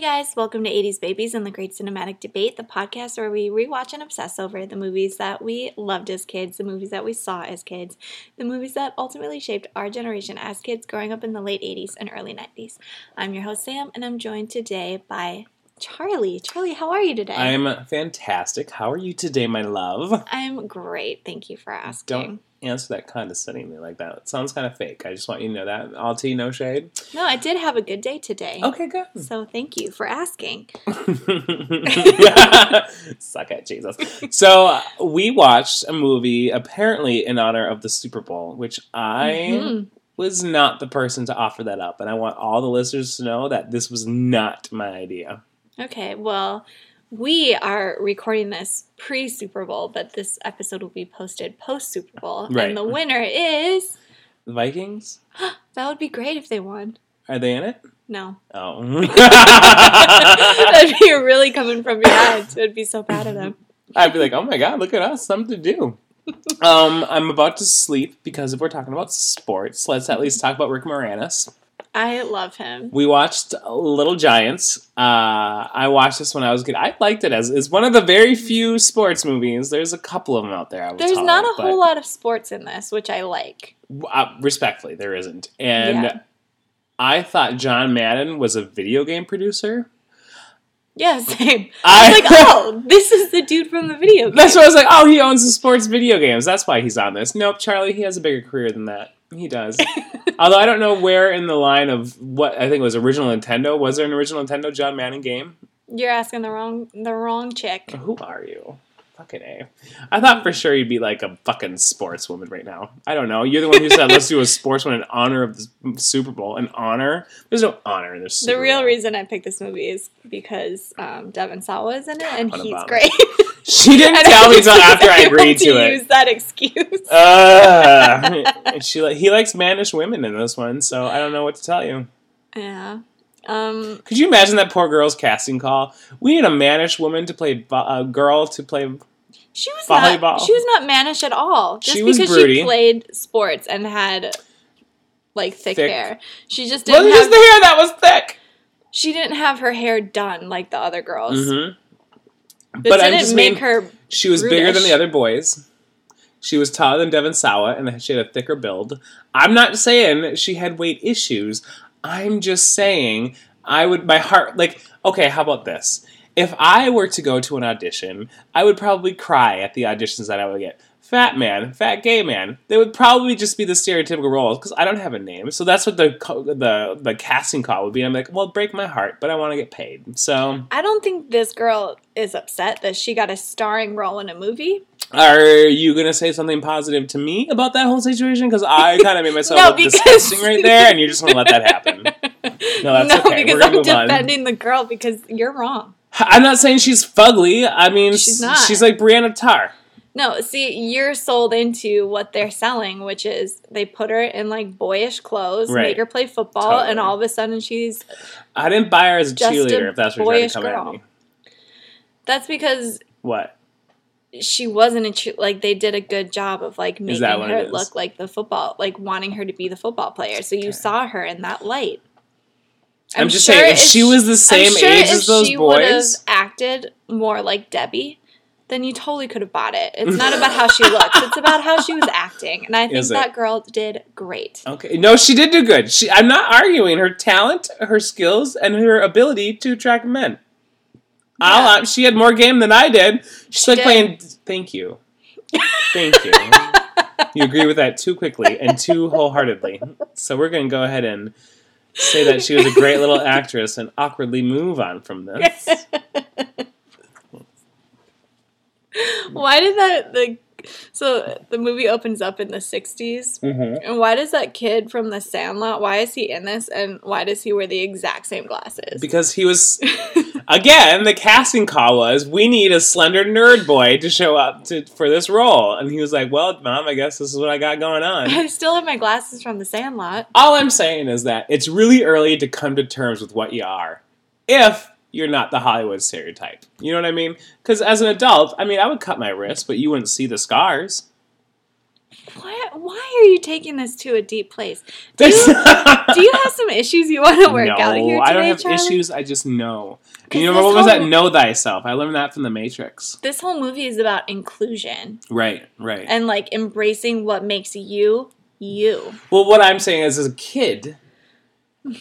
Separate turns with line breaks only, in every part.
guys, welcome to 80s Babies and the Great Cinematic Debate, the podcast where we rewatch and obsess over the movies that we loved as kids, the movies that we saw as kids, the movies that ultimately shaped our generation as kids growing up in the late 80s and early 90s. I'm your host, Sam, and I'm joined today by Charlie. Charlie, how are you today?
I'm fantastic. How are you today, my love?
I'm great. Thank you for asking.
Don't answer that condescendingly like that. It sounds kind of fake. I just want you to know that. All tea, no shade.
No, I did have a good day today.
Okay, good.
So thank you for asking.
Suck it, Jesus. So uh, we watched a movie apparently in honor of the Super Bowl, which I Mm-hmm.
Mhm.
was not the person to offer that up. And I want all the listeners to know that this was not my idea.
Okay, well, we are recording this pre Super Bowl, but this episode will be posted post Super Bowl.
Right.
And the winner is.
The Vikings?
That would be great if they won.
Are they in it?
No.
Oh.
That'd be really coming from behind. I'd be so proud of them.
I'd be like, oh my god, look at us, something to do. Um, I'm about to sleep because if we're talking about sports, let's at least talk about Rick Moranis.
I love him.
We watched Little Giants. Uh, I watched this when I was good. I liked it as it's one of the very few sports movies. There's a couple of them out there. I would
There's not a whole
lot.
lot of sports in this, which I like.
Uh, respectfully, there isn't. And
Yeah.
I thought John Madden was a video game producer.
Yeah, same. I was like, oh, this is the dude from the video game.
That's why I was like, oh, he owns the sports video games. That's why he's on this. Nope, Charlie, he has a bigger career than that. He does. Although I don't know where in the line of what I think was original Nintendo. Was there an original Nintendo John Madden game?
You're asking the wrong the wrong chick.
Who are you? Fucking A. I thought for sure you'd be like a fucking sportswoman right now. I don't know. You're the one who said, let's do a sportswoman in honor of the Super Bowl. An honor? There's no honor in this.
The
Super
real
Bowl.
reason I picked this movie is because um, Devin Sawa is in it, and
What a
he's
bummer.
great.
She didn't
And
tell me
just
until
was
after I
able
agreed to
to
it.
Use that excuse.
Uh, she li- he likes mannish women in this one, so I don't know what to tell you.
yeah. Um.
Could you imagine that poor girl's casting call? We need a mannish woman to play vo- a girl to play.
She was not.
Volleyball.
She was not mannish at all. Just
She was
because
broody.
she played sports and had like thick,
Thick.
hair. She just
Look
didn't
at
have.
the hair that was thick.
She didn't have her hair done like the other girls.
Mhm.
That
But I
didn't
just
make
mean-
her.
She was bigger than
Brutish.
the other boys. She was taller than Devon Sawa, and she had a thicker build. I'm not saying she had weight issues. I'm just saying I would my heart like okay. How about this? If I were to go to an audition, I would probably cry at the auditions that I would get. Fat man, fat gay man. They would probably just be the stereotypical roles because I don't have a name. So that's what the co- the the casting call would be. I'm like, well, break my heart, but I want to get paid. So
I don't think this girl is upset that she got a starring role in a movie.
Are you gonna say something positive to me about that whole situation? Because I kind of made myself
No,
look
because-
disgusting right there, and you just want to let that happen. No, that's okay. We're
because
gonna
I'm
move on.
defending the girl because you're wrong.
I'm not saying she's fugly. I mean,
She's
she's
not.
She's like Brianna Tarr.
No, see, you're sold into what they're selling, which is they put her in like boyish clothes,
Right.
make her play football,
Totally.
and all of a sudden she's.
I didn't buy her as a
Just a
cheerleader. If that's what you're trying
boyish
to come
girl.
at me.
That's because
What?
she wasn't a che- like they did a good job of like making
that what
her
it is?
look like the football, like wanting her to be the football player. So you
Okay.
saw her in that light.
I'm, just saying, if she was the
I'm
same
sure
age
if
as those
she would have
boys,
acted more like Debbie, then you totally could have bought it. It's not about how she looks; it's about how she was acting. And I think
Is it?
that girl did great.
okay. No, she did do good. She, I'm not arguing her talent, her skills, and her ability to attract men. I'll, she had more game than I did. She's like
did.
playing. Thank you. Thank you. you agree with that too quickly and too wholeheartedly. So we're going to go ahead and say that she was a great little actress and awkwardly move on from this.
Why did that? The so the movie opens up in the '60s,
Mm-hmm.
and why does that kid from The Sandlot? Why is he in this? And why does he wear the exact same glasses?
Because he was, again, the casting call was we need a slender nerd boy to show up to, for this role. And he was like, well, mom, I guess this is what I got going on.
I still have my glasses from The Sandlot.
All I'm saying is that it's really early to come to terms with what you are if you're not the Hollywood stereotype. You know what I mean? Because as an adult, I mean, I would cut my wrist, but you wouldn't see the scars.
Why, why are you taking this to a deep place? Do
That's-
you, do you have some issues you want to work
no,
out here today,
I don't have
Charlie?
issues. I just know.
'Cause
You know
this
what was that?
whole-
Know thyself. I learned that from The Matrix.
This whole movie is about inclusion
Right, right.
and like embracing what makes you you.
well, what I'm saying is, as a kid,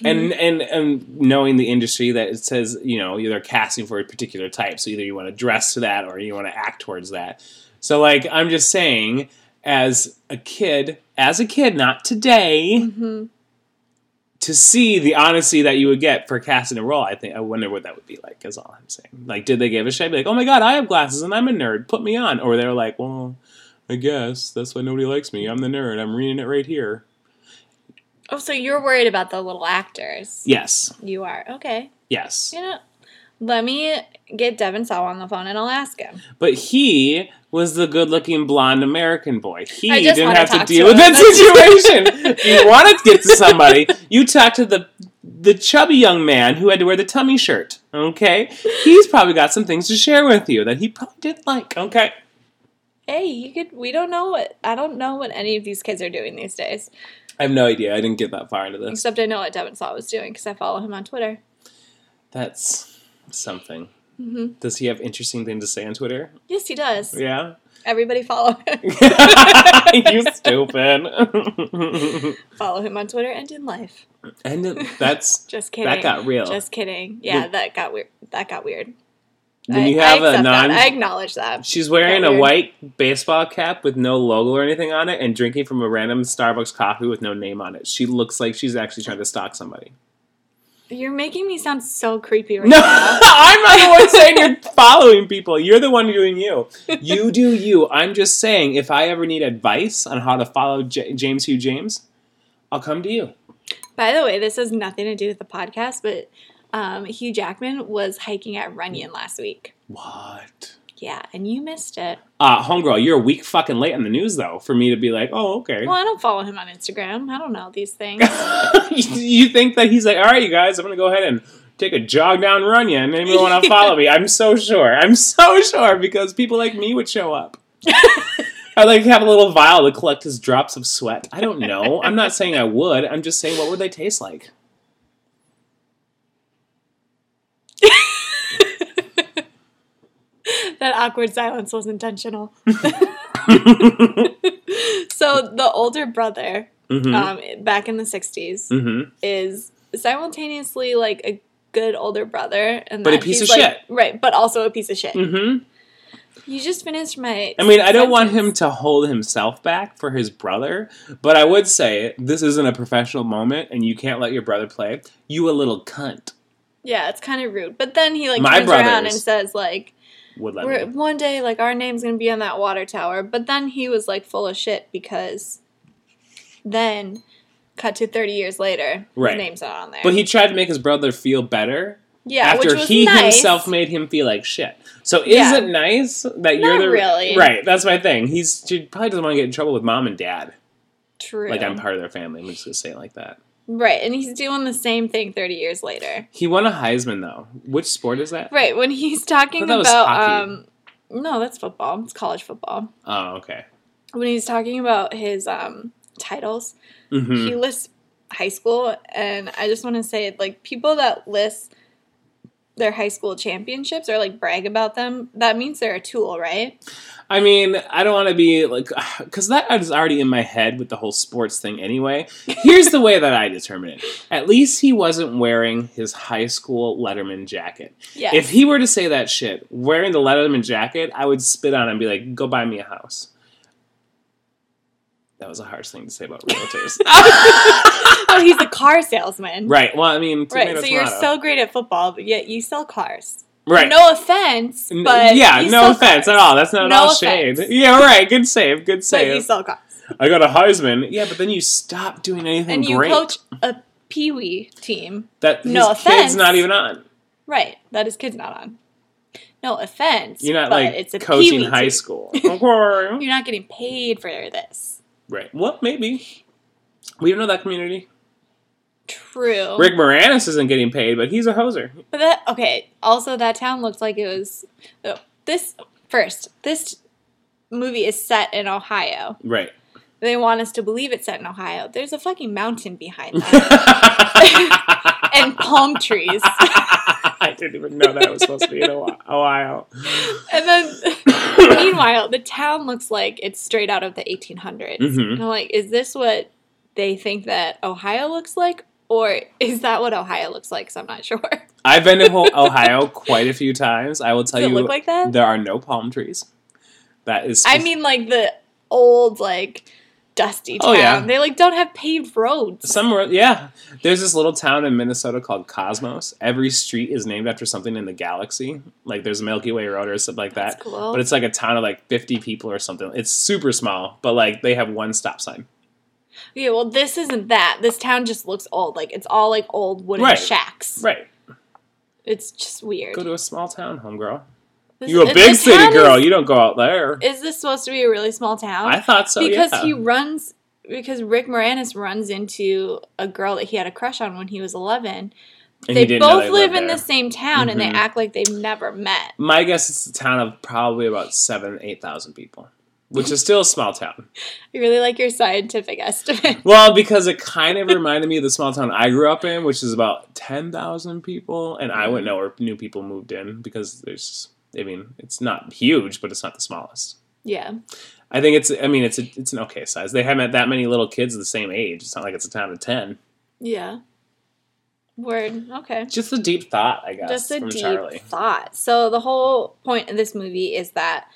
and and and knowing the industry that it says you know they're casting for a particular type so either you want to dress to that or you want to act towards that so like i'm just saying as a kid as a kid not today
Mhm.
to see the honesty that you would get for casting a role i think i wonder what that would be like is all i'm saying like did they give a shit Be like oh my god i have glasses and i'm a nerd put me on or they're like well i guess that's why nobody likes me i'm the nerd i'm reading it right here
Oh, so you're worried about the little actors.
yes
You are. Okay.
yes
You know, let me get Devin Sawa on the phone and I'll ask him.
But he was the good-looking blonde American boy. He
I just
didn't
wanna
have to
talk
deal
to
with
him.
that situation. If you want to get to somebody, you talk to the the chubby young man who had to wear the tummy shirt. Okay, he's probably got some things to share with you that he probably did like. Okay,
Hey, you could. We don't know what. I don't know what any of these kids are doing these days.
I have no idea. I didn't get that far into this.
Except I know what Devin Sawa was doing because I follow him on Twitter.
That's something.
hmm
Does he have interesting things to say on Twitter?
Yes, he does.
Yeah.
Everybody follow him.
you stupid.
follow him on Twitter and in life.
and that's
Just kidding.
that got real.
Just kidding. Yeah,
Well-
that got weird. That got weird.
When
I,
you
I
have a
accept that.
non
I acknowledge that.
She's wearing
Got
a
weird.
white baseball cap with no logo or anything on it and drinking from a random Starbucks coffee with no name on it. She looks like she's actually trying to stalk somebody.
You're making me sound so creepy right
No,
now.
I'm not the one saying you're following people. You're the one doing you. You do you. I'm just saying if I ever need advice on how to follow J- James Hugh James, I'll come to you.
By the way, this has nothing to do with the podcast, but um, Hugh Jackman was hiking at Runyon last week.
What?
Yeah, and you missed it.
Uh, homegirl, you're a week fucking late on the news though for me to be like, oh, okay.
Well, I don't follow him on Instagram. I don't know these things.
you think that he's like, all right, you guys, I'm gonna go ahead and take a jog down Runyon. Anyone want to follow me? I'm so sure. I'm so sure because people like me would show up. I like have a little vial to collect his drops of sweat. I don't know. I'm not saying I would. I'm just saying, what would they taste like?
that awkward silence was intentional. so the older brother,
hmm
um, back in the 60s,
hmm
is simultaneously like a good older brother and
But a
that
piece
he's,
of
like-
shit.
right but also a piece of shit
hmm
you just finished my
I mean, I don't want him
sentence.
to hold himself back for his brother, but I would say this isn't a professional moment, and you can't let your brother play. You a little cunt
yeah it's kind of rude but then he like
My
turns around and
brothers.
says like
would let
we're,
me.
one day like our name's gonna be on that water tower but then he was like full of shit because then cut to 30 years later
Right.
his name's not on there
But he tried to make his brother feel better
yeah
after
which was
he
nice.
himself made him feel like shit. So is
Yeah.
it nice that you're
Not
the
really.
right? That's my thing. He's she probably doesn't want to get in trouble with mom and dad.
true
Like I'm part of their family. I'm just gonna say it like that.
right and he's doing the same thing 30 years later
He won a Heisman though. Which sport is that?
Right, when he's talking
But that was
about
hockey.
um no, that's football. It's college football.
Oh, okay.
When he's talking about his um titles,
hmm
he lists high school and I just want to say like people that list their high school championships or like brag about them, that means they're a tool, right?
I mean, I don't want to be like, because that is already in my head with the whole sports thing anyway. Here's the way that I determine it. At least he wasn't wearing his high school Letterman jacket.
Yeah.
If he were to say that shit wearing the Letterman jacket, I would spit on him and be like, go buy me a house. That was a harsh thing to say about realtors.
oh, he's a car salesman.
right. Well, I mean, tomato,
Right, so you're
tomato.
so great at football, but yet you sell cars.
right.
No offense,
N-
but
yeah,
you
no
sell
offense
cars.
at all. That's not
No
at all
offense.
shade. Yeah, right. Good save. Good
But you
save.
sell cars.
I got a Heisman. Yeah, but then you stop doing anything
And you
Hmm, great.
coach a pee wee team.
that
No
his
offense.
kid's not even on.
Right. That his kid's not on. No offense.
You're not
but
like
it's a
coaching
peewee
high
team.
school. Okay.
You're not getting paid for this.
right. Well, maybe. We don't know that community.
True.
Rick Moranis isn't getting paid, but he's a hoser.
But that okay. Also, that town looked like it was oh, this first. This movie is set in Ohio,
Right.
They want us to believe it's set in Ohio. There's a fucking mountain behind that and palm trees.
I didn't even know that it was supposed to be in Ohi- Ohio.
And then, meanwhile, the town looks like it's straight out of the 1800s.
Mhm.
And I'm like, is this what they think that Ohio looks like? Or is that what Ohio looks like? So I'm not sure.
I've been to Ho- Ohio quite a few times. I will tell
Does it
you,
look like that?
there are no palm trees. That is.
I mean, like the old, like dusty town.
Oh, yeah.
They like don't have paved roads.
Somewhere, yeah. There's this little town in Minnesota called Cosmos. Every street is named after something in the galaxy. Like there's Milky Way Road or something like that.
That's cool.
But it's like a town of like 50 people or something. It's super small, but like they have one stop sign.
okay, well, this isn't that. This town just looks old. Like it's all like old wooden
Right.
shacks.
Right.
It's just weird.
Go to a small town, homegirl.
This-
You're a
the
big city
town
girl.
Is,
you don't go out there.
is this supposed to be a really small town?
I thought so.
because
yeah.
he runs. Because Rick Moranis runs into a girl that he had a crush on when he was 11.
And
they
he didn't know
both
they
live
lived
in
there.
the same town and they
Mhm.
act like they've never met.
My guess is a town of probably about seven, eight thousand people, which is still a small town.
I really like your scientific estimate.
Well, because it kind of reminded me of the small town I grew up in, which is about ten thousand people, and I wouldn't know where new people moved in because there's. I mean, it's not huge, but it's not the smallest.
yeah.
I think it's. I mean, it's a, it's an okay size. They haven't that many little kids the same age. It's not like it's a town of ten.
Yeah. Word. Okay.
Just a deep thought, I guess,
Just a
from
deep
Charlie.
thought. So the whole point of this movie is that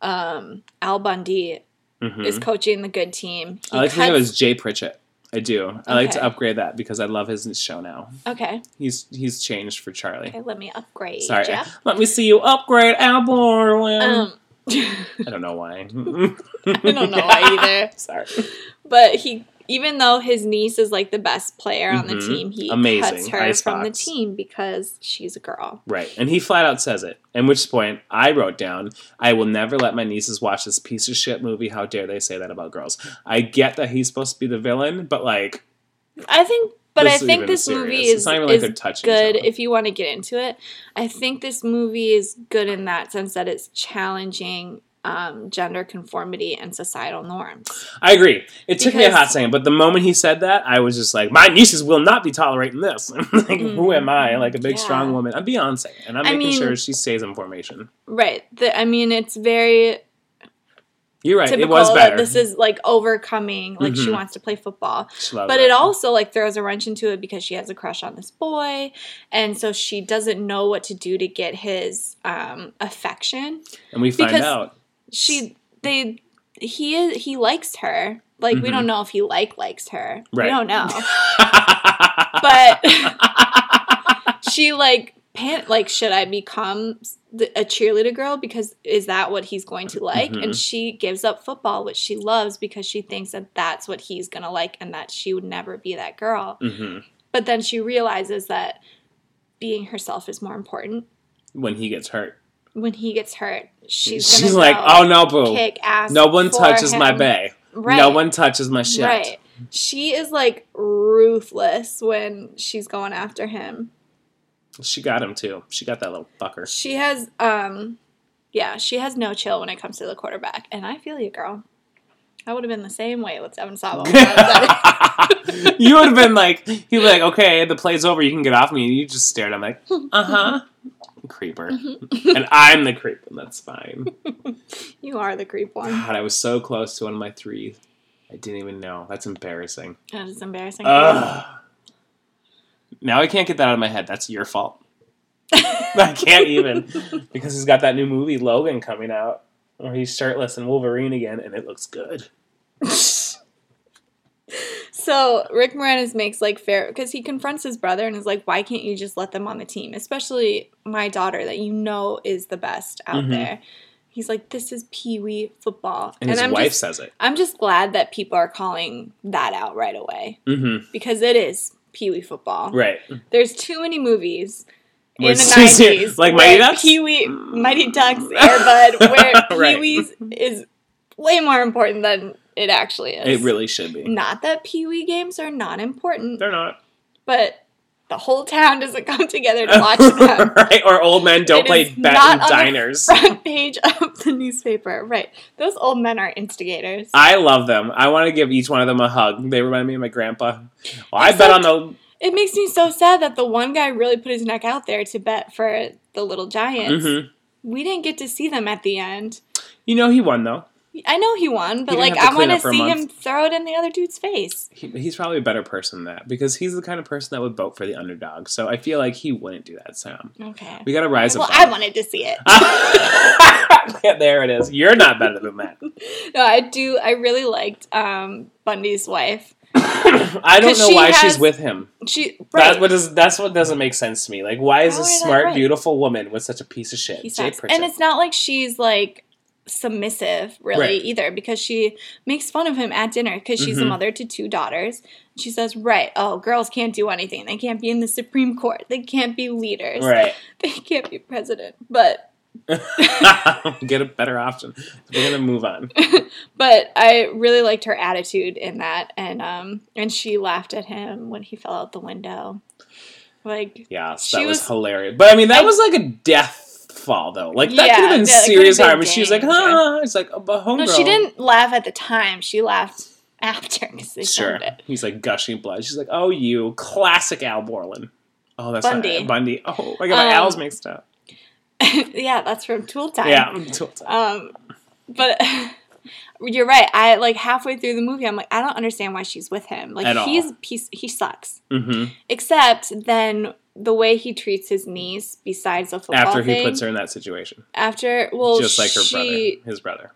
um, Al Bundy
Mhm.
is coaching the good team. He
I like to think of it
cuts-
as Jay Pritchett. I do. I like to
Okay.
upgrade that because I love his show now.
okay.
He's he's changed for Charlie.
Okay. Let me upgrade.
Sorry.
Jeff.
Let me see you upgrade Apple or
Um,
I don't know why.
I don't know why either.
Sorry.
But he, even though his niece is like the best player on the
Mhm.
team, he
Amazing.
cuts her from the
Icebox.
team because she's a girl.
Right. And he flat out says it. At which point I wrote down, I will never let my nieces watch this piece of shit movie. How dare they say that about girls? I get that he's supposed to be the villain, but like
I think, but
this
I
isn't
think
even
this
serious.
movie is,
it's not even like
is
they're touching each
good
other.
if you want to get into it. I think this movie is good in that sense that it's challenging um, gender conformity and societal norms.
I agree. It took me a
Because-
hot second, but the moment he said that, I was just like, "My nieces will not be tolerating this." I'm like, who am I? Like a big,
Mm-hmm. Yeah.
strong woman. I'm Beyonce, and I'm
I
making
mean-
sure she stays in formation.
Right. The, I mean, it's very
You're right.
typical
It was
that
better.
this is like overcoming. Like she
Mhm.
wants to play football,
She loved
but it also like throws a wrench into it because she has a crush on this boy, and so she doesn't know what to do to get his um, affection.
and we find
because-
out
she they he is he likes her like we
Mhm.
don't know if he like likes her
Right.
we don't know but she like pan like should i become s- the- a cheerleader girl because is that what he's going to like and
Mhm.
she gives up football which she loves because she thinks that that's what he's going to like and that she would never be that girl
Mhm.
but then she realizes that being herself is more important
when he gets hurt.
when he gets hurt she's,
She's,
gonna
like,
go
"Oh no, boo!
kick ass
No one
for
touches my
him."
bay.
right.
No one touches my shit."
Right. She is like ruthless when she's going after him.
She got him too. She got that little fucker.
She has um yeah, she has no chill when it comes to the quarterback. And I feel you, girl. I would have been the same way with Devin Sawa. when I was at it.
you would have been like, he'd be like, okay, the play's over, you can get off me. And you just stared. I'm like, uh huh. Creeper. and I'm the creep, and that's fine.
you are the creep one.
God, I was so close to one of my three. I didn't even know. That's embarrassing.
That is embarrassing.
Ugh. Now I can't get that out of my head. That's your fault. I can't even. Because he's got that new movie, Logan, coming out where he's shirtless and Wolverine again, and it looks good.
So Rick Moranis makes like fair because he confronts his brother and is like, "Why can't you just let them on the team, especially my daughter that you know is the best out
Mhm.
there?" He's like, "This is Pee Wee football,"
And his
I'm
wife
just,
says it.
I'm just glad that people are calling that out right away
Mm
because it is Pee Wee football.
hmm. Right.
There's too many movies in
Where
the
it's just-
90s.
like
where
Mighty Ducks? Mm.
Pee Wee, Mighty Ducks, Airbud, where
Right.
Pee Wee's is way more important than it actually is.
It really should be.
Not that Pee Wee games are not important,
They're not.
but the whole town doesn't come together to watch them.
right? Or old men don't
It
play
is
bet
not
in
on the
diners.
Front page of the newspaper. Right. Those old men are instigators.
I love them. I want to give each one of them a hug. They remind me of my grandpa. Well, I bet
Except-
on the.
It makes me so sad that the one guy really put his neck out there to bet for the little giants.
Mhm.
We didn't get to see them at the end.
You know he won though.
I know he won, but
didn't
like
have to
I
clean
want to
up for a
see him
month.
throw it in the other dude's face.
He, he's probably a better person than that because he's the kind of person that would vote for the underdog. So I feel like he wouldn't do that, Sam.
Okay.
We got to rise
Well,
above.
I wanted to see it.
yeah, there it is. You're not better than that.
No, I do. I really liked um, Bundy's wife.
I don't
'Cause
know
she
why
has-
she's with him.
She
That's
right.
what does that's what doesn't make sense to me. Like, why is
How
this
is that
smart,
right?
beautiful woman with such a piece of shit?
he
Jay
sucks.
Pritchett.
And it's not like she's like submissive really
Right.
either because she makes fun of him at dinner because she's a
Mhm.
mother to two daughters. She says, "Right, oh, girls can't do anything. They can't be in the Supreme Court. They can't be leaders.
right.
They can't be president." But
Get a better option. We're gonna move on.
but I really liked her attitude in that and um and she laughed at him when he fell out the window. Like
Yeah, so
She
that was,
was-
hilarious. But I mean, that
I-
was like a death fall though. Like that
Yeah,
could have been
that could have
serious
been
harm. And she was like,
danger.
huh? It's like, oh, but homegirl.
No, she didn't laugh at the time. She laughed after because they
Sure.
filmed it.
He's like gushing blood. She's like, oh, you classic Al Borland. Oh, that's
Bundy.
Not, Bundy. Oh, I got my
Um,
Al's mixed up.
yeah, that's from Tool Time.
Yeah. I'm t- t-
Um, but you're right. I like halfway through the movie, I'm like, I don't understand why she's with him. Like
At all.
he's piece, he sucks.
mhm.
Except then the way he treats his niece, besides the football
After he
thing,
puts her in that situation,
after well,
just like her
she,
brother, his brother.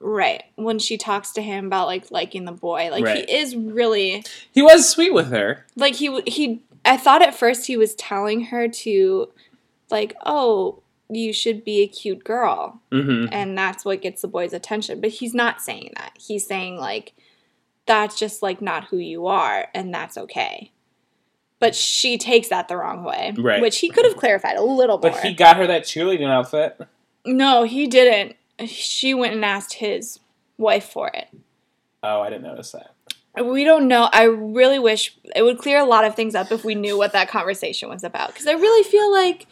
right when she talks to him about like liking the boy, like
Right.
he is really
He was sweet with her.
like he w- he i thought at first he was telling her to like oh you should be a cute girl
hmm
and that's what gets the boy's attention but he's not saying that he's saying like that's just like not who you are and that's okay but she takes that the wrong way
Right.
which he could have clarified a little
But
more
he got her that cheerleading outfit.
no he didn't she went and asked his wife for it
Oh, I didn't notice that.
We don't know. I really wish it would clear a lot of things up if we knew what that conversation was about. Because I really feel like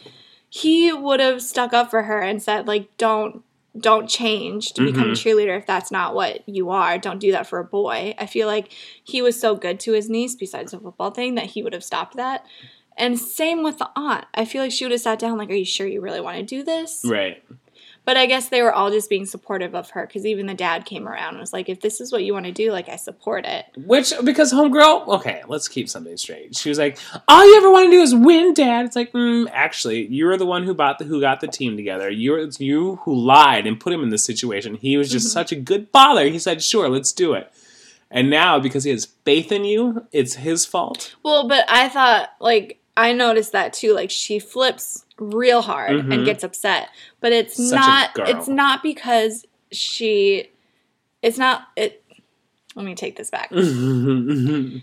he would have stuck up for her and said, like, don't don't change to become a
Mhm.
cheerleader if that's not what you are. Don't do that for a boy. I feel like he was so good to his niece besides the football thing that he would have stopped that. And same with the aunt. I feel like she would have sat down, like, are you sure you really want to do this?
Right.
But I guess they were all just being supportive of her because even the dad came around and was like, if this is what you want to do, like, I support it.
Which, because homegirl, okay, let's keep something straight. She was like, "All you ever want to do is win, Dad." It's like, mm, actually, you were the one who bought the who got the team together. You were, it's you who lied and put him in this situation. He was just
Mhm.
such a good father. He said, "Sure, let's do it." And now, because he has faith in you, it's his fault.
Well, but I thought like I noticed that too. Like she flips real hard and
Mhm.
gets upset, but it's
Such a
not.
girl.
It's not because she. It's not it. Let me take this back.
Mm.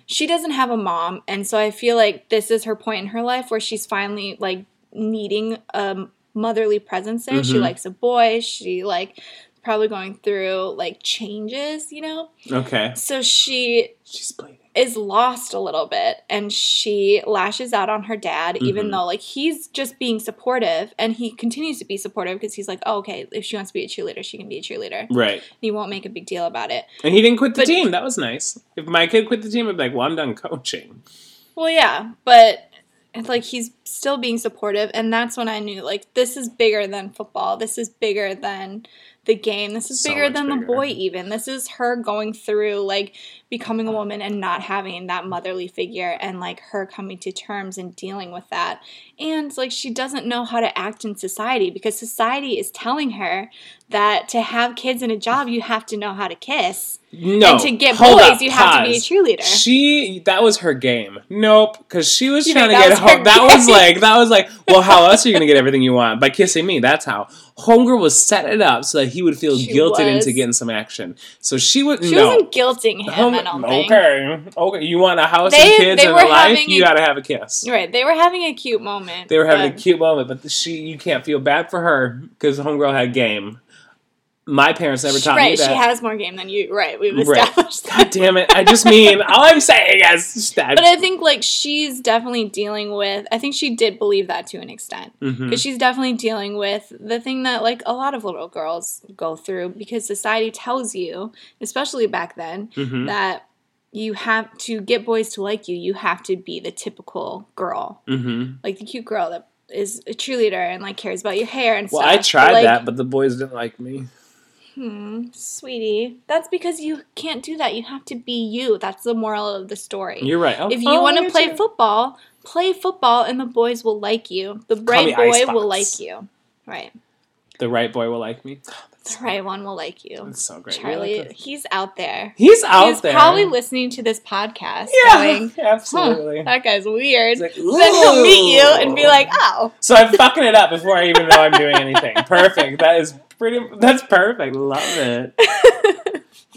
She doesn't have a mom, and so I feel like this is her point in her life where she's finally like needing a motherly presence. There, she
Mhm.
likes a boy. She like probably going through like changes, you know.
okay,
So she
she's bleeding.
is lost a little bit and she lashes out on her dad even
Mhm.
though like he's just being supportive and he continues to be supportive because he's like oh, okay if she wants to be a cheerleader she can be a cheerleader
Right,
he won't make a big deal about it
and he didn't quit the
But-
team. That was nice. If my kid quit the team, I'd be like, "Well, I'm done coaching."
well yeah but it's like he's still being supportive and that's when i knew like this is bigger than football this is bigger than the game this is
So
bigger
much
than the
bigger.
boy even this is her going through like becoming a woman and not having that motherly figure and like her coming to terms and dealing with that and like she doesn't know how to act in society because society is telling her that to have kids and a job you have to know how to kiss
No,
and to get
hold
boys
up,
you have to be a
pause.
cheerleader
She that was her game. Nope, because she was
You
trying to
think that
get
was her
home. That was
game?
like that was like, well, how else are you gonna get everything you want by kissing me? That's how. Homegirl was set it up so that he would feel
She
guilted
was.
into getting some action. So she would
she
no.
wasn't guilting him
Home-
i don't think
okay, okay. You want a house
They-
and kids
they
and
were
a life?
having
You
a-
gotta have a kiss.
Right, they were having a cute moment.
They were having a
but-
cute moment, but she you can't feel bad for her because homegirl had game. My parents never taught me
right,
that.
she has more game than you. Right, we've
Right.
established that.
God damn it! I just mean all I'm saying is that.
But I think like she's definitely dealing with. I think she did believe that to an extent
Mhm.
because she's definitely dealing with the thing that like a lot of little girls go through because society tells you, especially back then,
Mhm.
that you have to get boys to like you. You have to be the typical girl,
Mhm.
like the cute girl that is a cheerleader and like cares about your hair and
Well,
stuff.
I
But,
tried
like,
that, but the boys didn't like me.
Hmm, sweetie, that's because you can't do that. You have to be you. That's the moral of the story.
You're right. Oh,
If you
oh,
want to
you're
play
too-
football, play football and the boys will like you. The
me
right boy
Icebox.
will like you. Right.
the right boy will like me.
The right one will like you.
That's so great. You're like
Charlie,
the-
he's out there.
he's out
he's
there.
probably listening to this podcast
yeah,
going,
absolutely.
huh, that guy's weird.
He's like,
then he'll meet you
"Ooh."
and be like, oh.
So I'm fucking it up before I even know I'm doing anything. Perfect. That is pretty. That's perfect. Love it.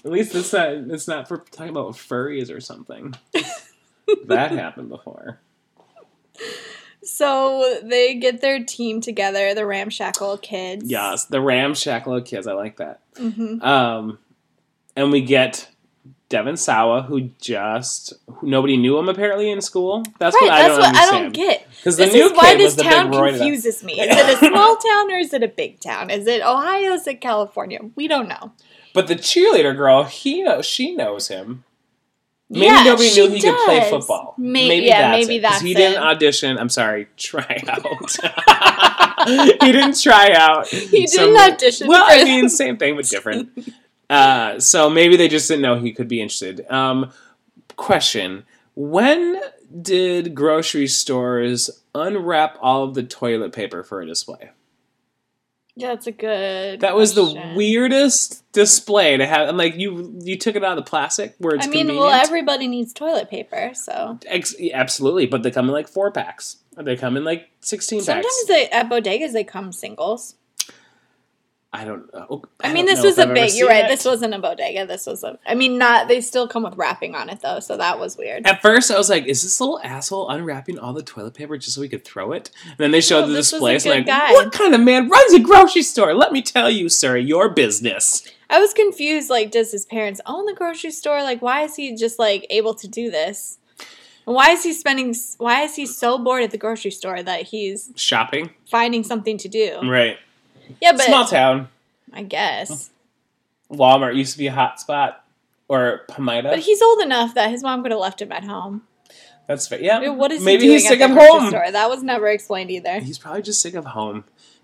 At least it's not. It's not for talking about furries or something. that happened before.
So they get their team together, the ramshackle kids.
Yes, the ramshackle kids. I like that.
hmm
Um, and we get Devin Sawa, who just who, nobody knew him apparently in school. That's
right,
what I
that's
don't
what
understand.
I don't get.
Because the
This
new
is why
kid was
this
the
town
big roid. of that-
confuses me. Is it a small town or is it a big town? Is it Ohio? Is it California? We don't know.
But the cheerleader girl, he knows, she knows him. Maybe
Yeah,
nobody
she
knew he could play
does.
football.
May- yeah, maybe
it, 'cause
that's
he didn't
it.
audition. I'm sorry, try out. he didn't try out.
He
Some-
didn't audition.
Well,
for
I mean, same thing but different. Uh, so maybe they just didn't know he could be interested. Um, question: When did grocery stores unwrap all of the toilet paper for a display?
that's a good.
That was the
question.
weirdest display to have. I'm like, you you took it out of the plastic where it's
I mean,
convenient.
well, everybody needs toilet paper, so
Ex- absolutely, but they come in like four packs. Or They come in like sixteen
sometimes
packs.
they, at bodegas they come singles.
I don't know.
I,
don't
mean, this
know
was
if
a
I've
big.
ever
You're
seen
right.
it.
This wasn't a bodega. This was a. I mean, not. They still come with wrapping on it though, so that was weird.
At first, I was like, "Is this little asshole unwrapping all the toilet paper just so he could throw it?" And then they showed
No,
the
this was a
display. It's
good
like,
guy.
what kind of man runs a grocery store? Let me tell you, sir, your business.
I was confused. Like, does his parents own the grocery store? Like, why is he just like able to do this? And why is he spending? s- Why is he so bored at the grocery store that he's
Shopping,
finding something to do?
right?
Yeah, but
Small town.
I guess.
Walmart used to be a hot spot, or Pomida.
But he's old enough that his mom could have left him at home.
That's fair. Yeah.
I mean, what is
maybe
he doing
he's sick
at
of
the grocery
home.
store? That was never explained either.
He's probably just sick of home.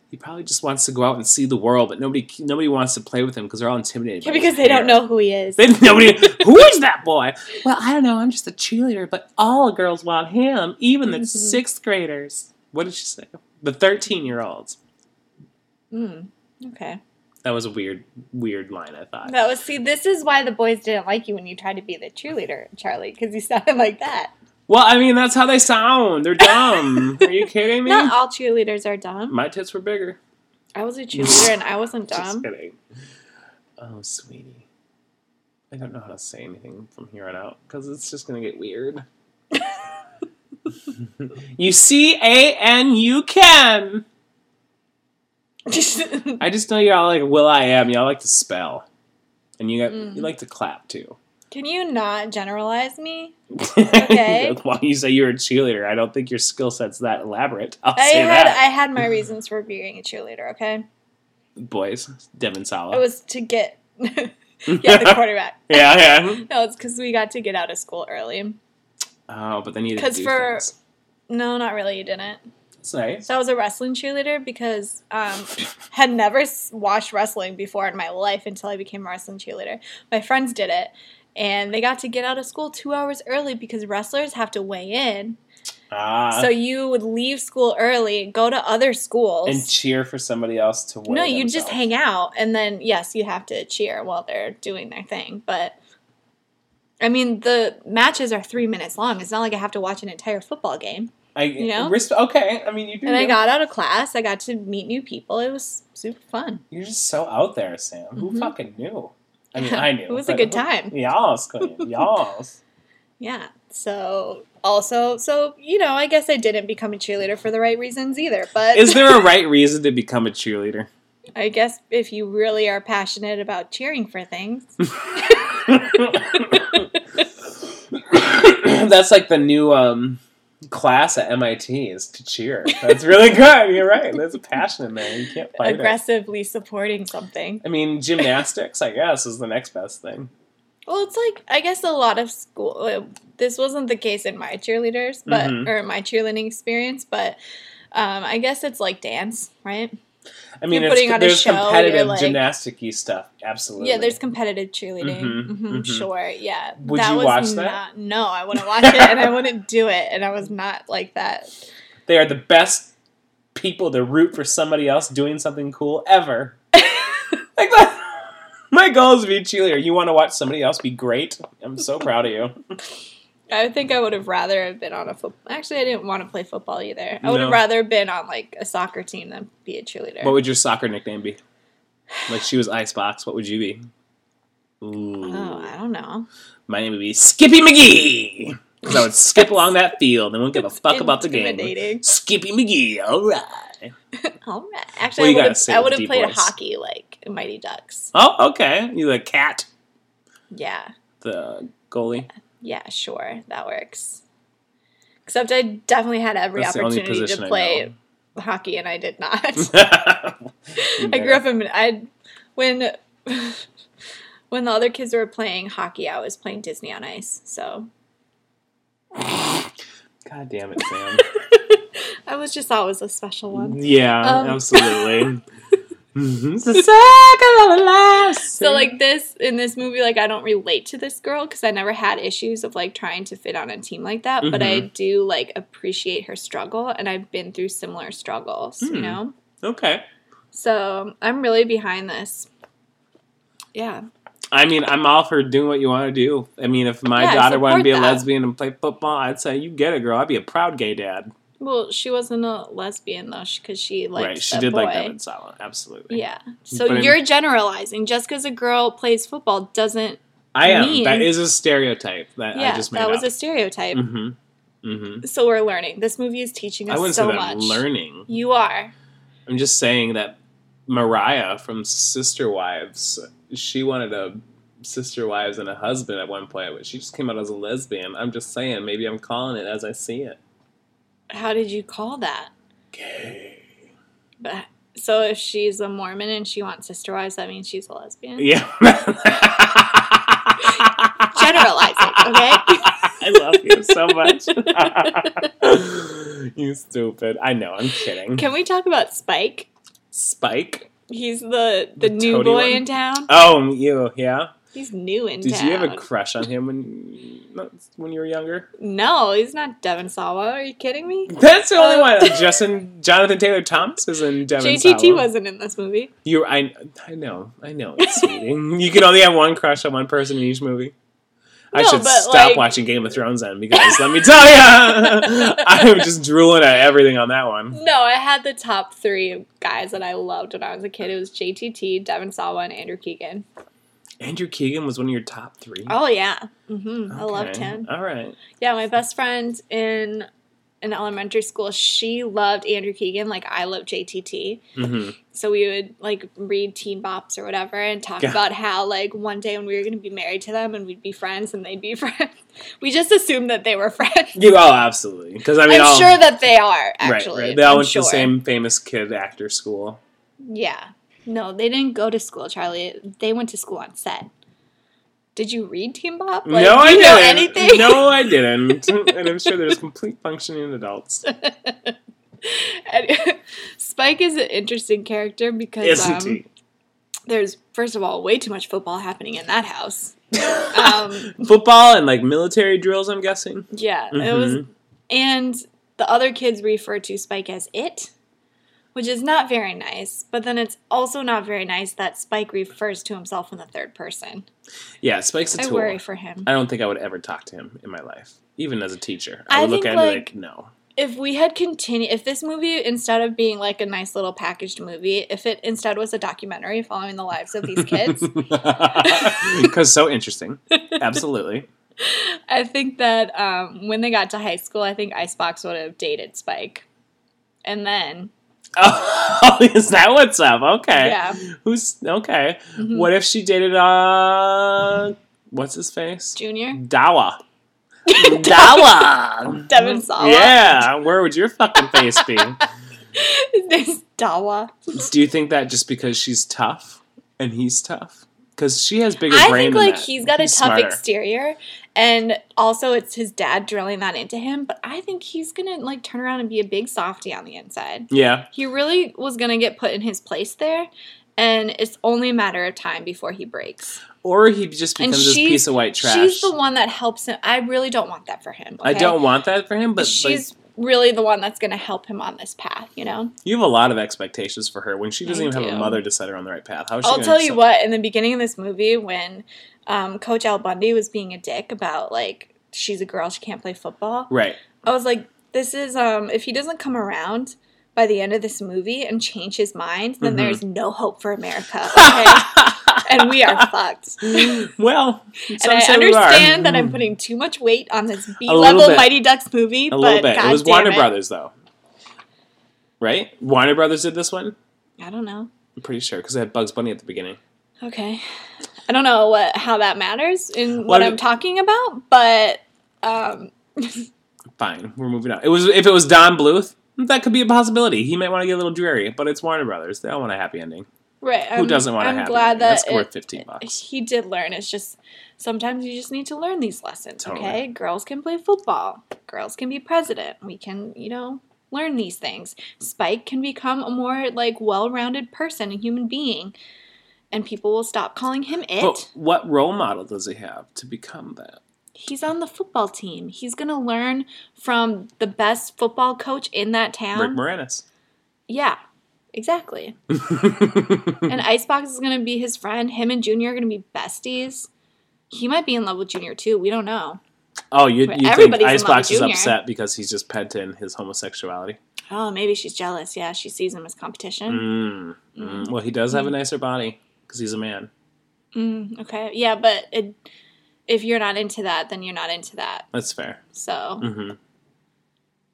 He probably just wants to go out and see the world, but nobody nobody wants to play with him because they're all intimidated.
Yeah,
by his
because they don't
hair.
know who he is.
They, nobody. who is that boy? Well, I don't know. I'm just a cheerleader, but all girls want him, even the
Mhm.
sixth graders. What did she say? The thirteen year olds.
Mm, okay,
That was a weird, weird line. I thought.
that was see. This is why the boys didn't like you when you tried to be the cheerleader, Charlie, because you sounded like that.
Well, I mean, that's how they sound. They're dumb. Are you kidding me?
Not all cheerleaders are dumb.
My tits were bigger.
I was a cheerleader and I wasn't
Just
dumb.
kidding. Oh, sweetie. I don't know how to say anything from here on out because it's just gonna get weird. you see, a and you can. I just know y'all like will I am. Y'all like to spell, and you got
Mm.
you like to clap too.
Can you not generalize me?
Okay. While you say you're a cheerleader, I don't think your skill set's that elaborate. I'll
I
say
had
that.
I had my reasons for being a cheerleader. Okay,
Boys, Devin Sala.
it was to get yeah the quarterback.
yeah, yeah.
No, it's because we got to get out of school early.
Oh, but then you didn't
'Cause
do
for-
things.
No, not really. You didn't.
It's nice.
So I was a wrestling cheerleader because um, had never s- watched wrestling before in my life until I became a wrestling cheerleader. My friends did it, and they got to get out of school two hours early because wrestlers have to weigh in
Ah.
So you would leave school early, go to other schools.
and cheer for somebody else to win.
no, you just hang out, and then yes, you have to cheer while they're doing their thing. But I mean, the matches are three minutes long. It's not like I have to watch an entire football game.
I,
you know?
resp- okay, I mean, you do.
And I
you.
got out of class. I got to meet new people. It was super fun.
You're just so out there, Sam. Who
Mhm.
fucking knew? I mean, I knew.
It was a
but
good
who-
time.
Yas, queen. Yas.
Yeah. So also, so you know, I guess I didn't become a cheerleader for the right reasons either. But
Is there a right reason to become a cheerleader?
I guess if you really are passionate about cheering for things.
That's like the new um, class at MIT is to cheer. That's really good. You're right. That's a passionate man. You can't fight it.
aggressively supporting something.
I mean, gymnastics, I guess, is the next best thing.
Well, it's like I guess a lot of school. uh, This wasn't the case in my cheerleaders, but
Mhm.
or my cheerleading experience, but um, I guess it's like dance, right?
I mean,
You're
it's,
putting on a
there's
show, you're
competitive
like-
gymnastics y stuff. Absolutely.
Yeah, there's competitive cheerleading.
Mhm,
hmm
mhm.
Sure, yeah.
Would you watch that?
Not, no, I wouldn't watch it, and I wouldn't do it, and I was not like that.
They are the best people to root for somebody else doing something cool ever. like that. My goal is to be a cheerleader. You want to watch somebody else be great? I'm so proud of you.
I think I would have rather have been on a football. Actually, I didn't want to play football either. I would
No.
have rather been on like a soccer team than be a cheerleader.
What would your soccer nickname be? Like she was Icebox. What would you be? Ooh,
oh, I don't know.
my name would be Skippy McGee. Because I would skip along that field and wouldn't give a fuck about the game.
Intimidating.
Skippy McGee. All right.
All right.
Well,
Actually,
you gotta
I would have,
say it
I
with
would have
deep
played
voice.
hockey like Mighty Ducks.
Oh, okay. You the cat,
Yeah,
the goalie.
yeah, sure, that works. Except I definitely had every
That's the only
opportunity
position
to
I
play hockey, and I did not.
know.
I grew up in I when when the other kids were playing hockey, I was playing Disney on Ice. So
God damn it, Sam.
I was just always a special one.
Yeah,
Um.
absolutely. Mm-hmm. it's the circle of life.
So like this in this movie, like I don't relate to this girl because I never had issues of like trying to fit on a team like that. But I
Mm-hmm.
do like appreciate her struggle, and I've been through similar struggles, you
Hmm.
know.
okay.
So I'm really behind this. Yeah,
I mean, I'm all for doing what you want to do. I mean, if my
Yeah, I
daughter wanted to
support
be a
that.
lesbian and play football, I'd say you get it, girl. I'd be a proud gay dad.
well, she wasn't a lesbian though, because she liked
right? She
that
did
boy.
like Devin Sawa, absolutely.
Yeah. So
But I-
you're generalizing. Just because a girl plays football doesn't.
I am.
mean.
That is a stereotype that
Yeah,
I just made
that
up.
was a stereotype.
mm-hmm. Mm-hmm.
So we're learning. This movie is teaching
I
us
wouldn't
so
say
much.
that I'm learning.
You are.
I'm just saying that Mariah from Sister Wives, she wanted a sister wives and a husband at one point, but she just came out as a lesbian. I'm just saying, maybe I'm calling it as I see it.
How did you call that?
Gay.
But so if she's a Mormon and she wants sister wives, that means she's a lesbian.
Yeah.
Generalizing, okay?
I love you so much. you stupid. I know, I'm kidding.
Can we talk about Spike?
Spike.
He's the the,
The
new
toady
boy
one?
in town.
Oh, you, yeah?
He's new in
Did
town.
you have a crush on him when when you were younger?
no, he's not Devin Sawa. Are you kidding me?
That's the only
Uh,
one. Justin Jonathan Taylor Thomas is in Devon.
JTT
Sawa.
wasn't in this movie.
You, I, I know, I know. It's cheating. you can only have one crush on one person in each movie. I
No,
should
but,
stop
like-
watching Game of Thrones then, because let me tell you, I'm just drooling at everything on that one.
No, I had the top three of guys that I loved when I was a kid. It was JTT, Devin Sawa, and Andrew Keegan.
Andrew Keegan was one of your top three.
Oh yeah, hmm I loved
Okay.
him.
All right.
Yeah, my best friend in in elementary school, she loved Andrew Keegan like I love JTT.
Mm-hmm.
So we would like read Teen Bops or whatever and talk
Yeah.
about how like one day when we were going to be married to them and we'd be friends and they'd be friends. We just assumed that they were friends.
You all absolutely because I mean,
I'm
all,
sure that they are
right,
actually.
right. They all
I'm
went
sure.
to the same famous kid actor school.
Yeah. No, they didn't go to school, Charlie. They went to school on set. Did you read Team Bob? Like,
no,
do
I
you
didn't.
know anything?
No, I didn't. and I'm sure there's complete functioning adults.
And- Spike is an interesting character because
Isn't
um,
he?
there's first of all way too much football happening in that house. Um,
Football and like military drills, I'm guessing.
yeah, it was,
Mhm.
and the other kids refer to Spike as it, which is not very nice. But then it's also not very nice that Spike refers to himself in the third person.
Yeah, Spike's a
I
tool.
worry for him.
I don't think I would ever talk to him in my life, even as a teacher. I,
I
would look at
think,
him and be
like-
like, no.
if we had continued if this movie instead of being like a nice little packaged movie if it instead was a documentary following the lives of these kids
Because so interesting. Absolutely.
i think that um, when they got to high school i think icebox would have dated spike and then
Oh, is that what's up? Okay.
Yeah.
Who's okay?
Mhm.
Eh. What if she dated uh, what's his face?
Junior?
Dawa. Mm. Dawa.
Devin Sawa.
Yeah. Where would your fucking face be?
His name's Dawa.
Do you think that just because she's tough and he's tough? Because she has bigger
I
brain.
think
than
like
that.
he's got a tough
smarter.
exterior and also it's his dad drilling that into him, but I think he's gonna like turn around and be a big softie on the inside.
Yeah.
He really was gonna get put in his place there and it's only a matter of time before he breaks.
Or he just
And
becomes this
she's-
piece of white trash.
She's the one that helps him. I really don't want that for him.
I
okay?
don't want that for him, but like,
she's really the one that's gonna help him on this path, you know?
you have a lot of expectations for her when she doesn't
I
even have
do.
a mother to set her on the right path. How is she
I'll
gonna
tell you
set-
what, in the beginning of this movie, when um, Coach Al Bundy was being a dick about, like, she's a girl, she can't play football,
Right.
I was like, this is, um, if he doesn't come around by the end of this movie and change his mind, then
Mhm.
there's no hope for America, okay? and we are fucked.
well,
And I understand that I'm putting too much weight on this B level
Hmm. little bit.
Mighty Ducks movie,
a
but
little bit.
God
it was
damn
Warner
it.
Brothers though, right? Warner Brothers did this one.
I don't know.
I'm pretty sure because they had Bugs Bunny at the beginning.
Okay. I don't know what how that matters in
Well,
what
I
I'm
mean-
talking about, but um,
Fine, we're moving on. It was if it was Don Bluth, that could be a possibility. He might want to get a little dreary, but it's Warner Brothers. They all want a happy ending.
right.
Who doesn't want
I'm
a happy
glad
ending?
that
That's worth
it-
fifteen bucks.
he did learn. It's just sometimes you just need to learn these lessons.
Totally.
Okay, girls can play football. Girls can be president. We can, you know, learn these things. Spike can become a more like well-rounded person, a human being, and people will stop calling him it.
But what role model does he have to become that?
He's on the football team. He's gonna learn from the best football coach in that
Rick
town.
Moranis.
Yeah, exactly.
Hmm.
and Icebox is gonna be his friend. Him and Junior are gonna be besties. He might be in love with Junior too. We don't know.
oh, you,
Right,
you think
everybody's in love with
Icebox is
Junior.
upset because he's just pent in his homosexuality?
Oh, maybe she's jealous. Yeah, she sees him as competition.
Mm. Mm. Well, he does have a nicer body because he's a man. Hmm.
Mm. okay, yeah, but it, if you're not into that, then you're not into that.
That's fair.
So,
hmm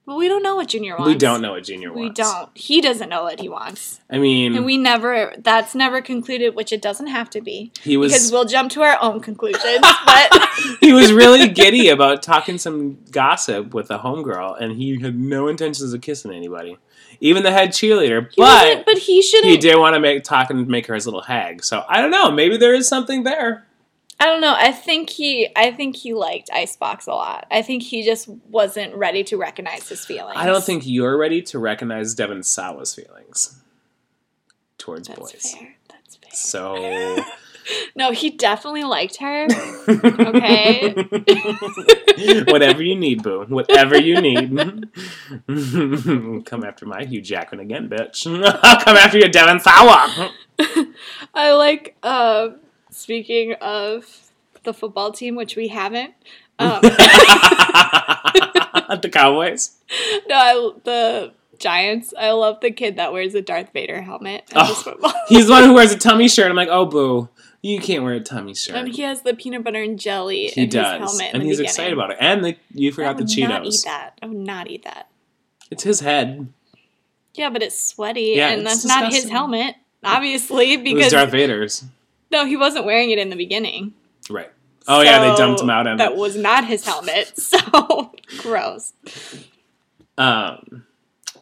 but we don't know what Junior wants.
We don't know what Junior
We
wants. Hmm.
don't. He doesn't know what he wants,
I mean,
and we never. That's never concluded, which it doesn't have to be.
he
because
was
we'll jump to our own conclusions. But
he was really giddy about talking some gossip with a homegirl, and he had no intentions of kissing anybody, even the head cheerleader.
he
but
but, but he shouldn't.
he did want to make talk and make her his little hag. So I don't know. Maybe there is something there.
I don't know. I think he. I think he liked Icebox a lot. I think he just wasn't ready to recognize his feelings.
I don't think you're ready to recognize Devin Sawa's feelings towards
that's
boys.
fair. That's fair.
So
No, he definitely liked her. Okay.
Whatever you need, boo. Whatever you need. Come after my Hugh Jackman again, bitch. Come after your Devin Sawa.
I like. Um, speaking of the football team, which we haven't. Um,
the Cowboys.
no, I, the Giants. I love the kid that wears a Darth Vader helmet at his
Oh.
football.
He's the one who wears a tummy shirt. I'm like, oh, boo. You can't wear a tummy shirt.
And he has the peanut butter and jelly
He
in
does,
his helmet. in
and
the
he's
beginning.
excited about it. And the, you
I
forgot the
would Not eat
Cheetos.
that. I would not eat that.
It's his head.
Yeah, but it's sweaty,
Yeah,
and
it's
that's not his
disgusting.
helmet, obviously,
It was
because
Darth Vader's.
no, he wasn't wearing it in the beginning.
Right. Oh yeah, they dumped
So
him out. And
that was not his helmet. So gross.
um,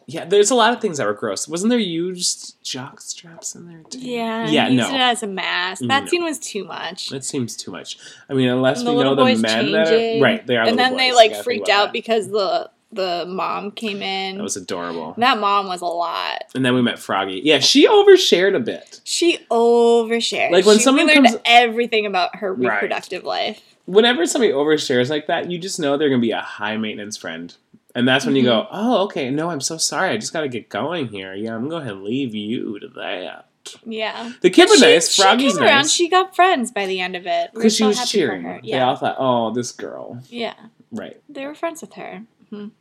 yeah, there's a lot of things that were gross. Wasn't there used jock straps in there too?
Yeah,
Yeah.
he used it
No,
as a mask. That
No.
scene was too much.
that seems too much. I mean, unless
And the
we know
little
the
boys
men that are
changing,
right, they are.
and
little
then they
boys.
like
You gotta think
freaked
about
out
that.
because the the mom came in.
that was adorable.
that mom was a lot.
And then we met Froggy. Yeah, she overshared a bit.
She overshared.
Like, when
she,
someone
we learned
comes-
everything about her
Right.
reproductive life.
Whenever somebody overshares like that, you just know they're going to be a high maintenance friend. And that's when you go,
Mm-hmm.
oh, okay, no, I'm so sorry. I just got to get going here. Yeah, I'm going to go ahead and leave you to that.
Yeah.
The kid was
She-
nice.
she
Froggy's
came around.
nice.
She got friends by the end of it. We're
Because she
so
was
happy for her.
cheering. They
Yeah.
all thought, oh, this girl.
yeah.
Right.
They were friends with her. Mhm.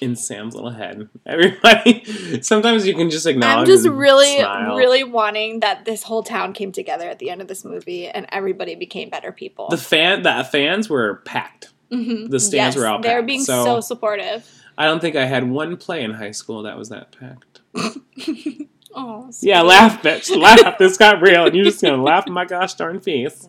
In Sam's little head. Everybody. Sometimes you can just acknowledge.
I'm just
and
really,
smile.
really wanting that this whole town came together at the end of this movie and everybody became better people.
The, fan, the fans were packed.
Mhm.
the
Yes,
stands were all
They were
packed,
being
so-
so supportive.
I don't think I had one play in high school that was that packed.
Oh,
Yeah,
sweet.
laugh, bitch, laugh. This got real, and you're just gonna laugh at my gosh darn face.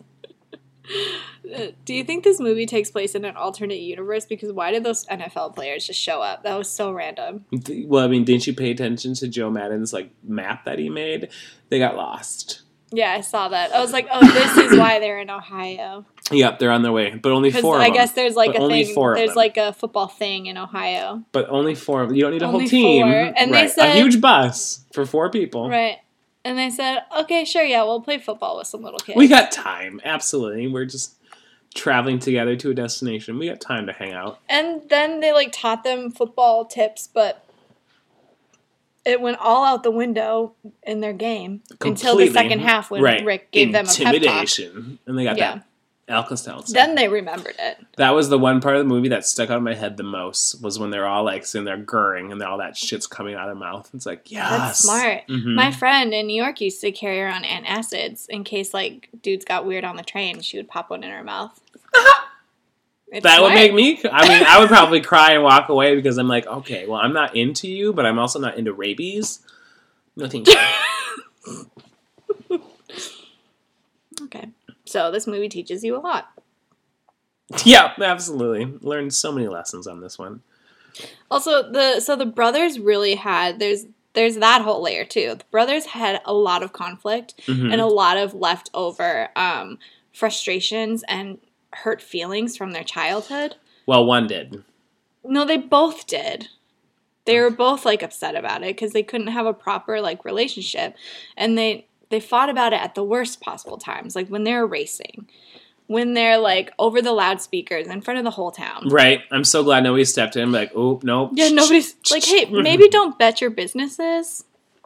Uh, Do you think this movie takes place in an alternate universe? Because why did those NFL players just show up? That was so random.
Well, I mean, didn't you pay attention to Joe Madden's like map that he made? They got lost.
Yeah, I saw that. I was like, oh, this is why they're in Ohio.
Yep, they're on their way, but only
Because
four. Of
I
them.
guess there's like
but
a
only
thing.
four of
There's
them.
like a football thing in Ohio,
but only four. of You don't need a
Only
whole team.
four. And they
Right,
said-
a huge bus for four people.
right? And they said, okay, sure, yeah, we'll play football with some little kids.
We got time. Absolutely, we're just traveling together to a destination. We got time to hang out.
and then they like taught them football tips, but it went all out the window in their game until the
Completely.
second half when
right.
Rick gave them a pep talk.
intimidation, and they got
Yeah.
that Alka Seltzer.
Then they remembered it.
That was the one part of the movie that stuck out in my head the most was when they're all like sitting there gurring and all that shit's coming out of their mouth. It's like, yes.
smart.
Mhm.
My friend in New York used to carry around antacids in case like dudes got weird on the train. She would pop one in her mouth. It's
that would
smart.
make me, I mean, I would probably cry and walk away because I'm like, okay, well, I'm not into you, but I'm also not into rabies. No, thank you.
okay. So this movie teaches you a lot.
yeah, absolutely. Learned so many lessons on this one.
Also, the so the brothers really had there's there's that whole layer too. The brothers had a lot of conflict
Mhm.
and a lot of leftover um, frustrations and hurt feelings from their childhood.
well, one did.
No, they both did. They were both like upset about it because they couldn't have a proper like relationship, and they they fought about it at the worst possible times, like when they're racing, when they're like over the loudspeakers in front of the whole town.
Right. I'm so glad nobody stepped in. Like, oh, nope.
Yeah, nobody's like, hey, maybe don't bet your businesses.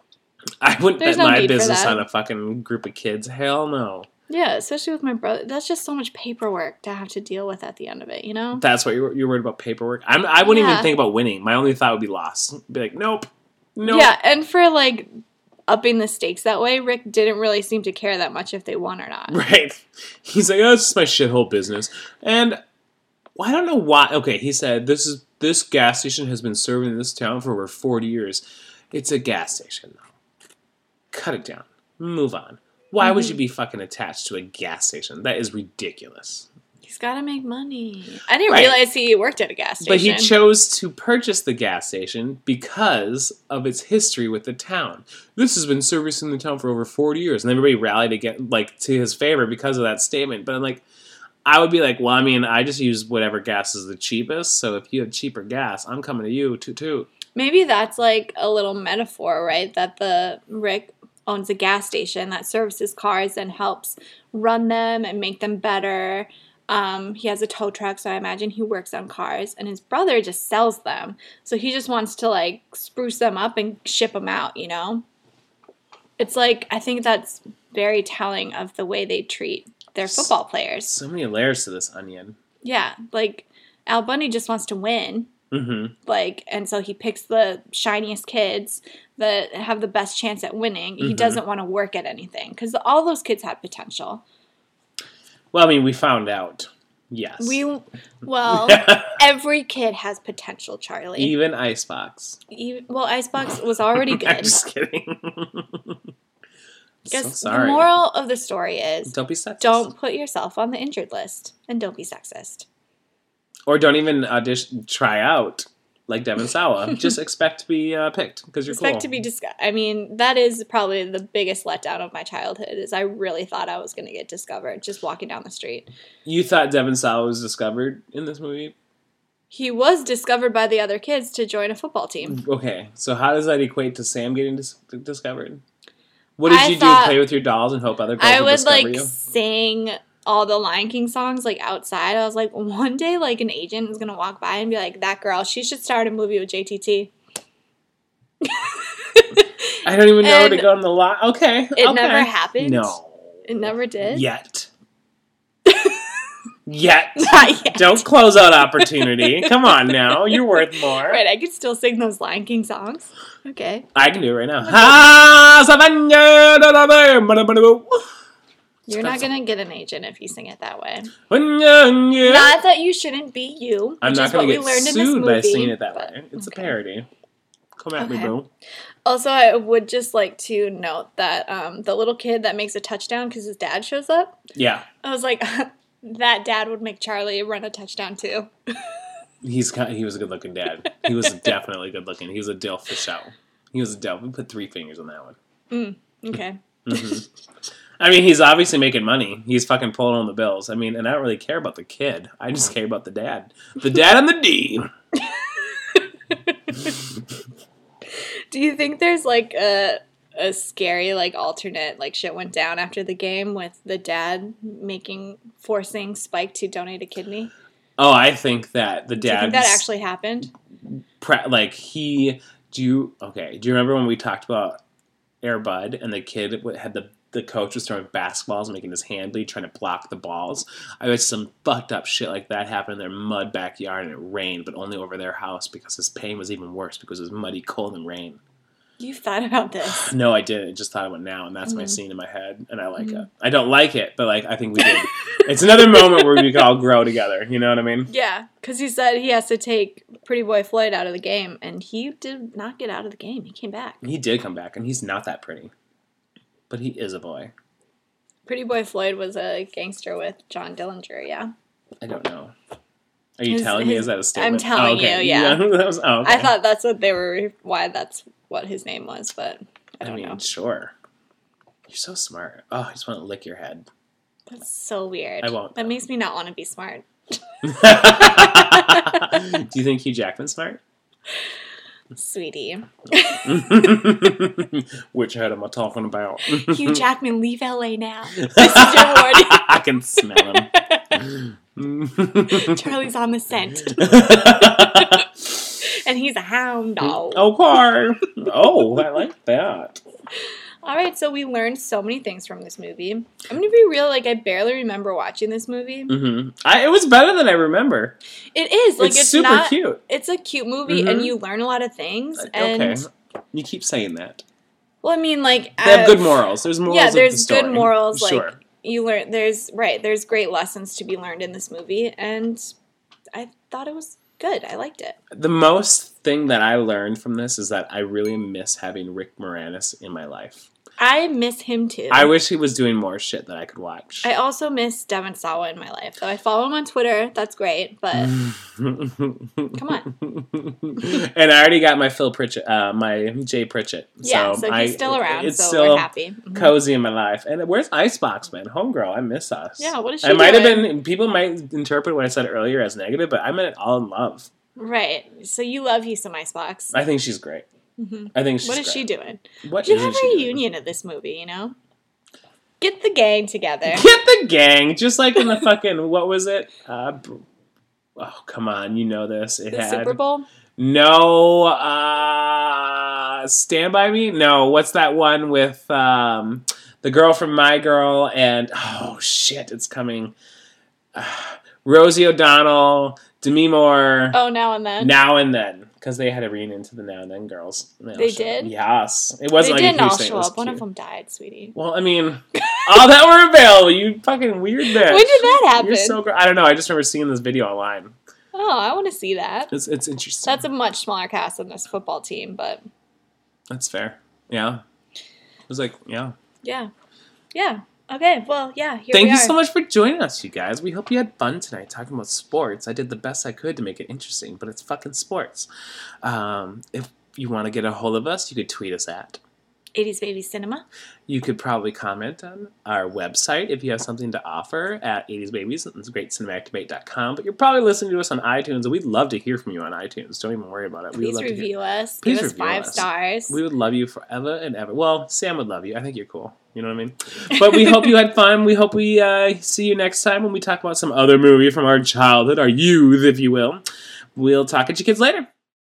I wouldn't
There's
bet
no
my
need for
business
that.
on a fucking group of kids. Hell no.
Yeah, especially with my brother. That's just so much paperwork to have to deal with at the end of it, you know?
That's what you're, you're worried about paperwork. I'm, I wouldn't
Yeah.
even think about winning. My only thought would be loss. Be like, nope, nope.
Yeah, and for like upping the stakes that way, Rick didn't really seem to care that much if they won or not.
Right. He's like, oh, it's just my shithole business. And well, I don't know why. Okay, he said this is this gas station has been serving this town for over 40 years. It's a gas station, though. Cut it down. Move on. Why would you be fucking attached to a gas station? That is ridiculous.
He's got to make money. I didn't
Right.
realize he worked at a gas
But he
station.
chose to purchase the gas station because of its history with the town. This has been servicing the town for over 40 years, and everybody rallied again, like to his favor because of that statement. But I'm like, I would be like, well, I mean, I just use whatever gas is the cheapest. So if you have cheaper gas, I'm coming to you, too, too.
Maybe that's like a little metaphor, right? That the Rick owns a gas station that services cars and helps run them and make them better. Um, he has a tow truck, so I imagine he works on cars, and his brother just sells them. So he just wants to like spruce them up and ship them out, you know? It's like, I think that's very telling of the way they treat their football players.
So many layers to this onion.
Yeah, like Al Bundy just wants to win
hmm
like and so he picks the shiniest kids that have the best chance at winning he
Mhm.
doesn't want to work at anything because all those kids had potential
Well, I mean, we found out. Yes.
we well every kid has potential charlie
Even Icebox.
Even, well icebox was already
I'm
good
just kidding. so
guess the
sorry.
moral of the story is
Don't be sexist.
don't put yourself on the injured list and don't be sexist
or don't even audition try out like Devin Sawa. Just expect to be uh, picked because you're
expect
cool.
to be discussed i mean that is probably the biggest letdown of my childhood is i really thought i was going to get discovered just walking down the street
you thought Devin Sawa was discovered in this movie.
he was discovered by the other kids to join a football team.
Okay, so how does that equate to Sam getting dis- discovered? What did
I
you do?
thought-
Play with your dolls and hope other girls
I
would
would
discover
like
you?
sing all the Lion King songs like outside. I was like, one day, like an agent is gonna walk by and be like, "That girl, she should start a movie with JTT."
I don't even know where to
and
go in the lot. Okay,
It
okay.
never happened.
No,
it never did.
yet, yet.
Not yet.
Don't close out opportunity. Come on now, you're worth more.
Right, I could still sing those Lion King songs. Okay.
I can do it right now. Ha! Savannah, da, da, da, ba, da, ba, da, boo.
You're not
That's-
gonna get an agent if you sing it that way.
Nya, nya.
Not that you shouldn't be you.
I'm
which
not
is what
going to
we
get
learned in this
sued by
movie,
singing it that
but-
way. It's
okay.
a parody. Come at me,
Okay.
boo.
Also, I would just like to note that um, the little kid that makes a touchdown because his dad shows up,
Yeah,
I was like, that dad would make Charlie run a touchdown too.
he's kind he was a good looking dad. He was definitely good looking. He was a DILF for show. He was a DILF. We put three fingers on that one.
Okay.
Mhm. I mean, he's obviously making money. He's fucking pulling on the bills. I mean, and I don't really care about the kid. I
Mm.
just care about the dad. The dad and the D.
Do you think there's like a a scary like alternate like shit went down after the game with the dad making forcing Spike to donate a kidney?
Oh, I think that the
Do you
dad
think that actually happened?
pre- like he do you okay do you remember when we talked about air bud and the kid w- had the the coach was throwing basketballs making his hand bleed trying to block the balls i bet some fucked up shit like that happened in their mud backyard and it rained but only over their house because his pain was even worse because it was muddy cold and rain
You've thought about this.
no i didn't I just thought about it now and that's my
Mhm.
scene in my head and i like
Mhm.
it i don't like it but like i think we did it's another moment where we can all grow together you know what i mean
Yeah, because he said he has to take Pretty Boy Floyd out of the game, and he did not get out of the game. He came back.
he did come back and he's not that pretty but he is a boy
Pretty Boy Floyd was a gangster with John Dillinger, yeah.
I don't know. Are you
His-
telling me? Is
his-
that a statement? Oh,
telling you, yeah.
that was, oh, okay.
I thought that's what they were, why that's what his name was, but I
I,
don't
mean,
know.
sure. You're so smart. Oh, I just want to lick your head.
That's so weird.
I won't.
That makes me not want to be smart.
Do you think Hugh Jackman's smart?
Sweetie.
Which head am I talking about?
Hugh Jackman, leave LA now. This is your warning.
I can smell him.
Charlie's on the scent, and he's a hound dog.
okay. Oh, I like that.
All right, so we learned so many things from this movie. I'm gonna be real; like I barely remember watching this movie.
hmm I, it was better than I remember.
It is like
it's,
it's,
super
not.
cute.
It's a cute movie,
Mhm.
and you learn a lot of things. And
okay. You keep saying that.
well, I mean, like
They have
as-
good morals. There's morals.
Yeah,
of the
there's
story.
good morals. Like
sure.
you learn, there's right, there's great lessons to be learned in this movie, and I thought it was good. I liked it.
The most thing that I learned from this is that I really miss having Rick Moranis in my life.
I miss him too.
I wish he was doing more shit that I could watch.
I also miss Devin Sawa in my life, though. I follow him on Twitter. That's great, but
Mm-hmm. Come
on.
and I already got my Phil Pritchett, uh, my Jay Pritchett.
yeah, so,
so
he's
I-
still around.
It's
so
still
we're happy. Mhm.
cozy in my life. And where's Icebox, man? Homegirl, I miss us.
Yeah, what is she
I might have
doing?
been. People might interpret what I said earlier as negative, but I meant it all in love.
Right. So you love you some Icebox.
I think she's great.
Mm-hmm.
I think she's
What is she doing?
doing? What
Should
is
have
she
a
doing?
reunion of this movie, you know? Get the gang together.
Get the gang, just like in the fucking what was it? Uh, br- oh come on, you know this. It
The
had
Super Bowl?
no uh, Stand by Me. No, what's that one with um, the girl from My Girl and oh shit, it's coming. Uh, Rosie O'Donnell, Demi Moore,
Oh, now and then.
Now and Then. Because they had a reunion to the Now and Then girls. And all
They
showed up.
did?
Yes, it
they
wasn't like
didn't
a huge
all
thing. It
show
was
up. One
cute.
of them died, sweetie.
Well, I mean, all that were available. You fucking weird bitch.
When did that happen?
You're so gr- I don't know. I just remember seeing this video online.
Oh, I want to see that.
It's it's interesting.
That's a much smaller cast than this football team, but
That's fair. Yeah. It was like, yeah.
yeah. Yeah. Okay, well, yeah. Here
Thank
we
you
are.
so much for joining us, you guys. We hope you had fun tonight talking about sports. I did the best I could to make it interesting, but it's fucking sports. Um, if you want to get a hold of us, you could tweet us at
80s Baby Cinema.
You could probably comment on our website if you have something to offer at 80s Babies. It's greatcinematicdebate.com. But you're probably listening to us on iTunes, and we'd love to hear from you on iTunes. Don't even worry about it. would
Please
love to hear-
review us.
Please
Give us
review
five
us.
stars.
we would love you forever and ever. Well, Sam would love you. I think you're cool. You know what I mean? But we hope you had fun. We hope we uh, see you next time when we talk about some other movie from our childhood, our youth, if you will. We'll talk at you kids later.